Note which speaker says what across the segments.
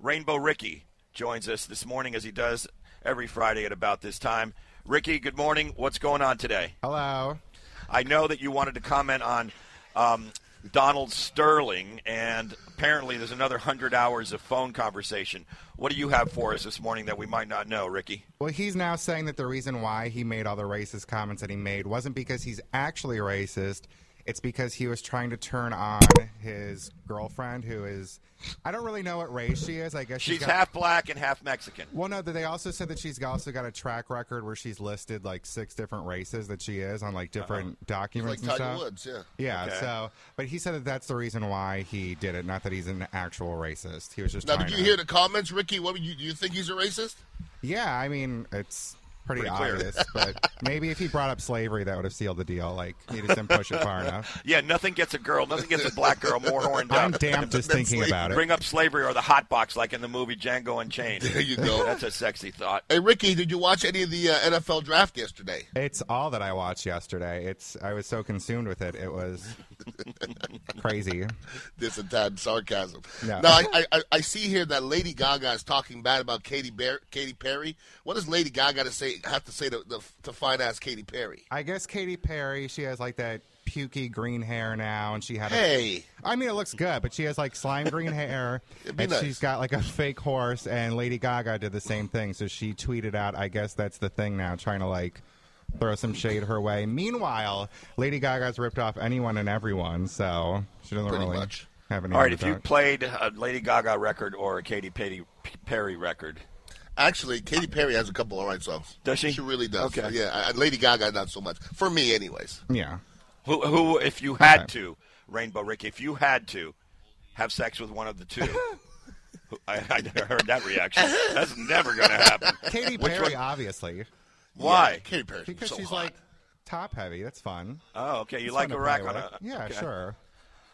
Speaker 1: Rainbow Ricky joins us this morning as he does every Friday at about this time. Ricky, good morning. What's going on today?
Speaker 2: Hello.
Speaker 1: I know that you wanted to comment on um, Donald Sterling, and apparently there's another 100 hours of phone conversation. What do you have for us this morning that we might not know, Ricky?
Speaker 2: Well, he's now saying that the reason why he made all the racist comments that he made wasn't because he's actually racist. It's because he was trying to turn on his girlfriend, who is, I don't really know what race she is. I guess
Speaker 1: She's
Speaker 2: got-
Speaker 1: half black and half Mexican.
Speaker 2: Well, no, they also said that she's also got a track record where she's listed like six different races that she is on like different documents
Speaker 3: Uh-huh. Like
Speaker 2: and
Speaker 3: Tiger
Speaker 2: stuff.
Speaker 3: Woods, yeah.
Speaker 2: Yeah,
Speaker 1: Okay.
Speaker 2: so, but he said that that's the reason why he did it, not that he's an actual racist. He was just
Speaker 3: Now,
Speaker 2: trying
Speaker 3: did you
Speaker 2: to-
Speaker 3: hear the comments, Ricky? What you, do you think he's a racist?
Speaker 2: Yeah, I mean, it's pretty,
Speaker 1: Pretty clear.
Speaker 2: obvious, but maybe if he brought up slavery, that would have sealed the deal. Like, he just didn't push it far enough.
Speaker 1: Yeah, nothing gets a girl, nothing gets a black girl more horned
Speaker 2: I'm
Speaker 1: up.
Speaker 2: damp just thinking about it.
Speaker 1: Bring up slavery or the hot box like in the movie Django Unchained.
Speaker 3: There you go.
Speaker 1: That's a sexy thought.
Speaker 3: Hey, Ricky, did you watch any of the uh, NFL draft yesterday?
Speaker 2: It's all that I watched yesterday. It's I was so consumed with it. It was crazy.
Speaker 3: This and that sarcasm.
Speaker 2: No.
Speaker 3: Now, I, I- I, I see here that Lady Gaga is talking bad about Katy, Ber- Katy Perry. What does Lady Gaga to say have to say to, to, to fine ass Katy Perry?
Speaker 2: I guess Katy Perry, she has like that pukey green hair now, and she had. A,
Speaker 3: Hey,
Speaker 2: I mean, it looks good, but she has like slime green hair,
Speaker 3: It'd be
Speaker 2: and
Speaker 3: nice.
Speaker 2: she's got like a fake horse. And Lady Gaga did the same thing, so she tweeted out, "I guess that's the thing now," trying to like throw some shade her way. Meanwhile, Lady Gaga's ripped off anyone and everyone, so she doesn't
Speaker 3: Pretty
Speaker 2: really
Speaker 3: much.
Speaker 2: have any.
Speaker 1: All right, if you
Speaker 2: underdog.
Speaker 1: played a Lady Gaga record or a Katy Perry, Perry record,
Speaker 3: actually, Katy Perry has a couple all right songs.
Speaker 1: Does she?
Speaker 3: She really does.
Speaker 1: Okay.
Speaker 3: Yeah, I- I- Lady Gaga not so much for me, anyways.
Speaker 2: yeah,
Speaker 1: who, who if you had to, Rainbow Ricky, if you had to have sex with one of the two, Who- I, I heard that reaction. That's never going to happen.
Speaker 2: Katy
Speaker 1: Which
Speaker 2: Perry,
Speaker 1: one-
Speaker 2: obviously,
Speaker 1: Why?
Speaker 3: Yeah, Katy Perry?
Speaker 2: because she's like top heavy. That's fun.
Speaker 1: Oh, okay. You
Speaker 2: It's
Speaker 1: like
Speaker 2: fun
Speaker 1: a
Speaker 2: to
Speaker 1: rack
Speaker 2: play
Speaker 1: on
Speaker 2: with.
Speaker 1: a.
Speaker 2: Yeah,
Speaker 1: okay.
Speaker 2: sure.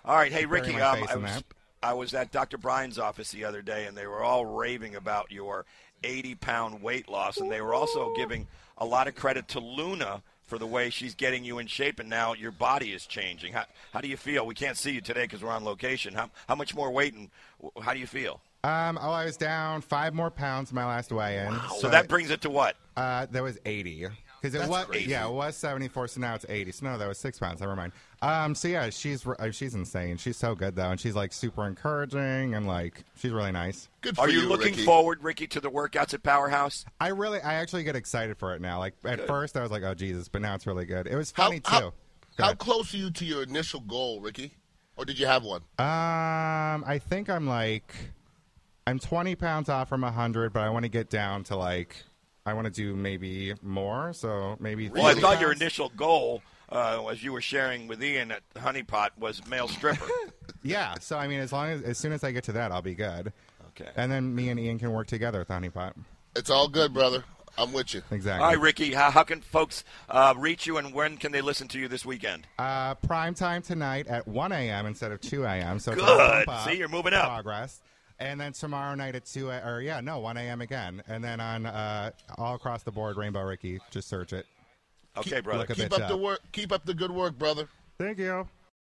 Speaker 1: All right, hey Ricky,
Speaker 2: my
Speaker 1: um,
Speaker 2: face
Speaker 1: I
Speaker 2: in
Speaker 1: was
Speaker 2: that.
Speaker 1: I was at Dr. Brian's office the other day, and they were all raving about your 80 pound weight loss, and they were also giving a lot of credit to Luna for the way she's getting you in shape, and now your body is changing. How, how do you feel? We can't see you today because we're on location. How how much more weight, and w- how do you feel?
Speaker 2: Um, oh, I was down five more pounds my last weigh-in.
Speaker 3: Oh,
Speaker 1: So that brings it to what?
Speaker 2: Uh, that was 80. Because it was yeah, it was 74, so now it's 80. So no, that was six pounds. Never mind. Um, so yeah, she's re- uh, she's insane. She's so good though, and she's like super encouraging and like she's really nice.
Speaker 3: Good for
Speaker 1: Are you,
Speaker 3: you,
Speaker 1: looking
Speaker 3: Ricky.
Speaker 1: forward, Ricky, to the workouts at Powerhouse?
Speaker 2: I really, I actually get excited for it now. Like at first, I was like, oh Jesus, but now it's really good. It was
Speaker 3: How,
Speaker 2: funny
Speaker 3: how,
Speaker 2: too. Go
Speaker 3: how
Speaker 2: ahead.
Speaker 3: close are you to your initial goal, Ricky? Or did you have one?
Speaker 2: um, I think I'm like, I'm 20 pounds off from 100, but I want to get down to like, I want to do maybe more. So maybe.
Speaker 1: Well, Oh, I
Speaker 2: 30
Speaker 1: thought your
Speaker 2: pounds.
Speaker 1: initial goal, uh, as you were sharing with Ian at Honey Pot, was male stripper.
Speaker 2: Yeah. So I mean, as long as as soon as I get to that, I'll be good.
Speaker 1: Okay.
Speaker 2: And then me and Ian can work together with Honeypot.
Speaker 3: It's all good, brother. I'm with you.
Speaker 2: Exactly.
Speaker 1: All right, Ricky, how, how can folks uh, reach you and when can they listen to you this weekend?
Speaker 2: Uh, prime time tonight at 1 a.m. instead of 2 a.m. So it's a
Speaker 1: Good.
Speaker 2: bump up,
Speaker 1: See, you're moving up.
Speaker 2: Progress. And then tomorrow night at 2 a, or yeah, no, 1 a.m. again. And then on uh, all across the board, Rainbow Ricky. Just search it.
Speaker 1: Okay, brother.
Speaker 2: look at
Speaker 3: Keep
Speaker 2: bitch
Speaker 3: up the
Speaker 2: up.
Speaker 3: work. Keep up the good work, brother.
Speaker 2: Thank you.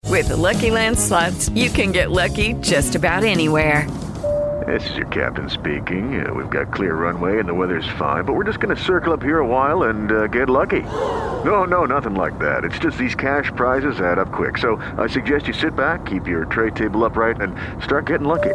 Speaker 4: With Lucky Land slots, you can get lucky just about anywhere.
Speaker 5: This is your captain speaking. Uh, we've got clear runway and the weather's fine, but we're just going to circle up here a while and uh, get lucky. No, no, nothing like that. It's just these cash prizes add up quick. So I suggest you sit back, keep your tray table upright, and start getting lucky.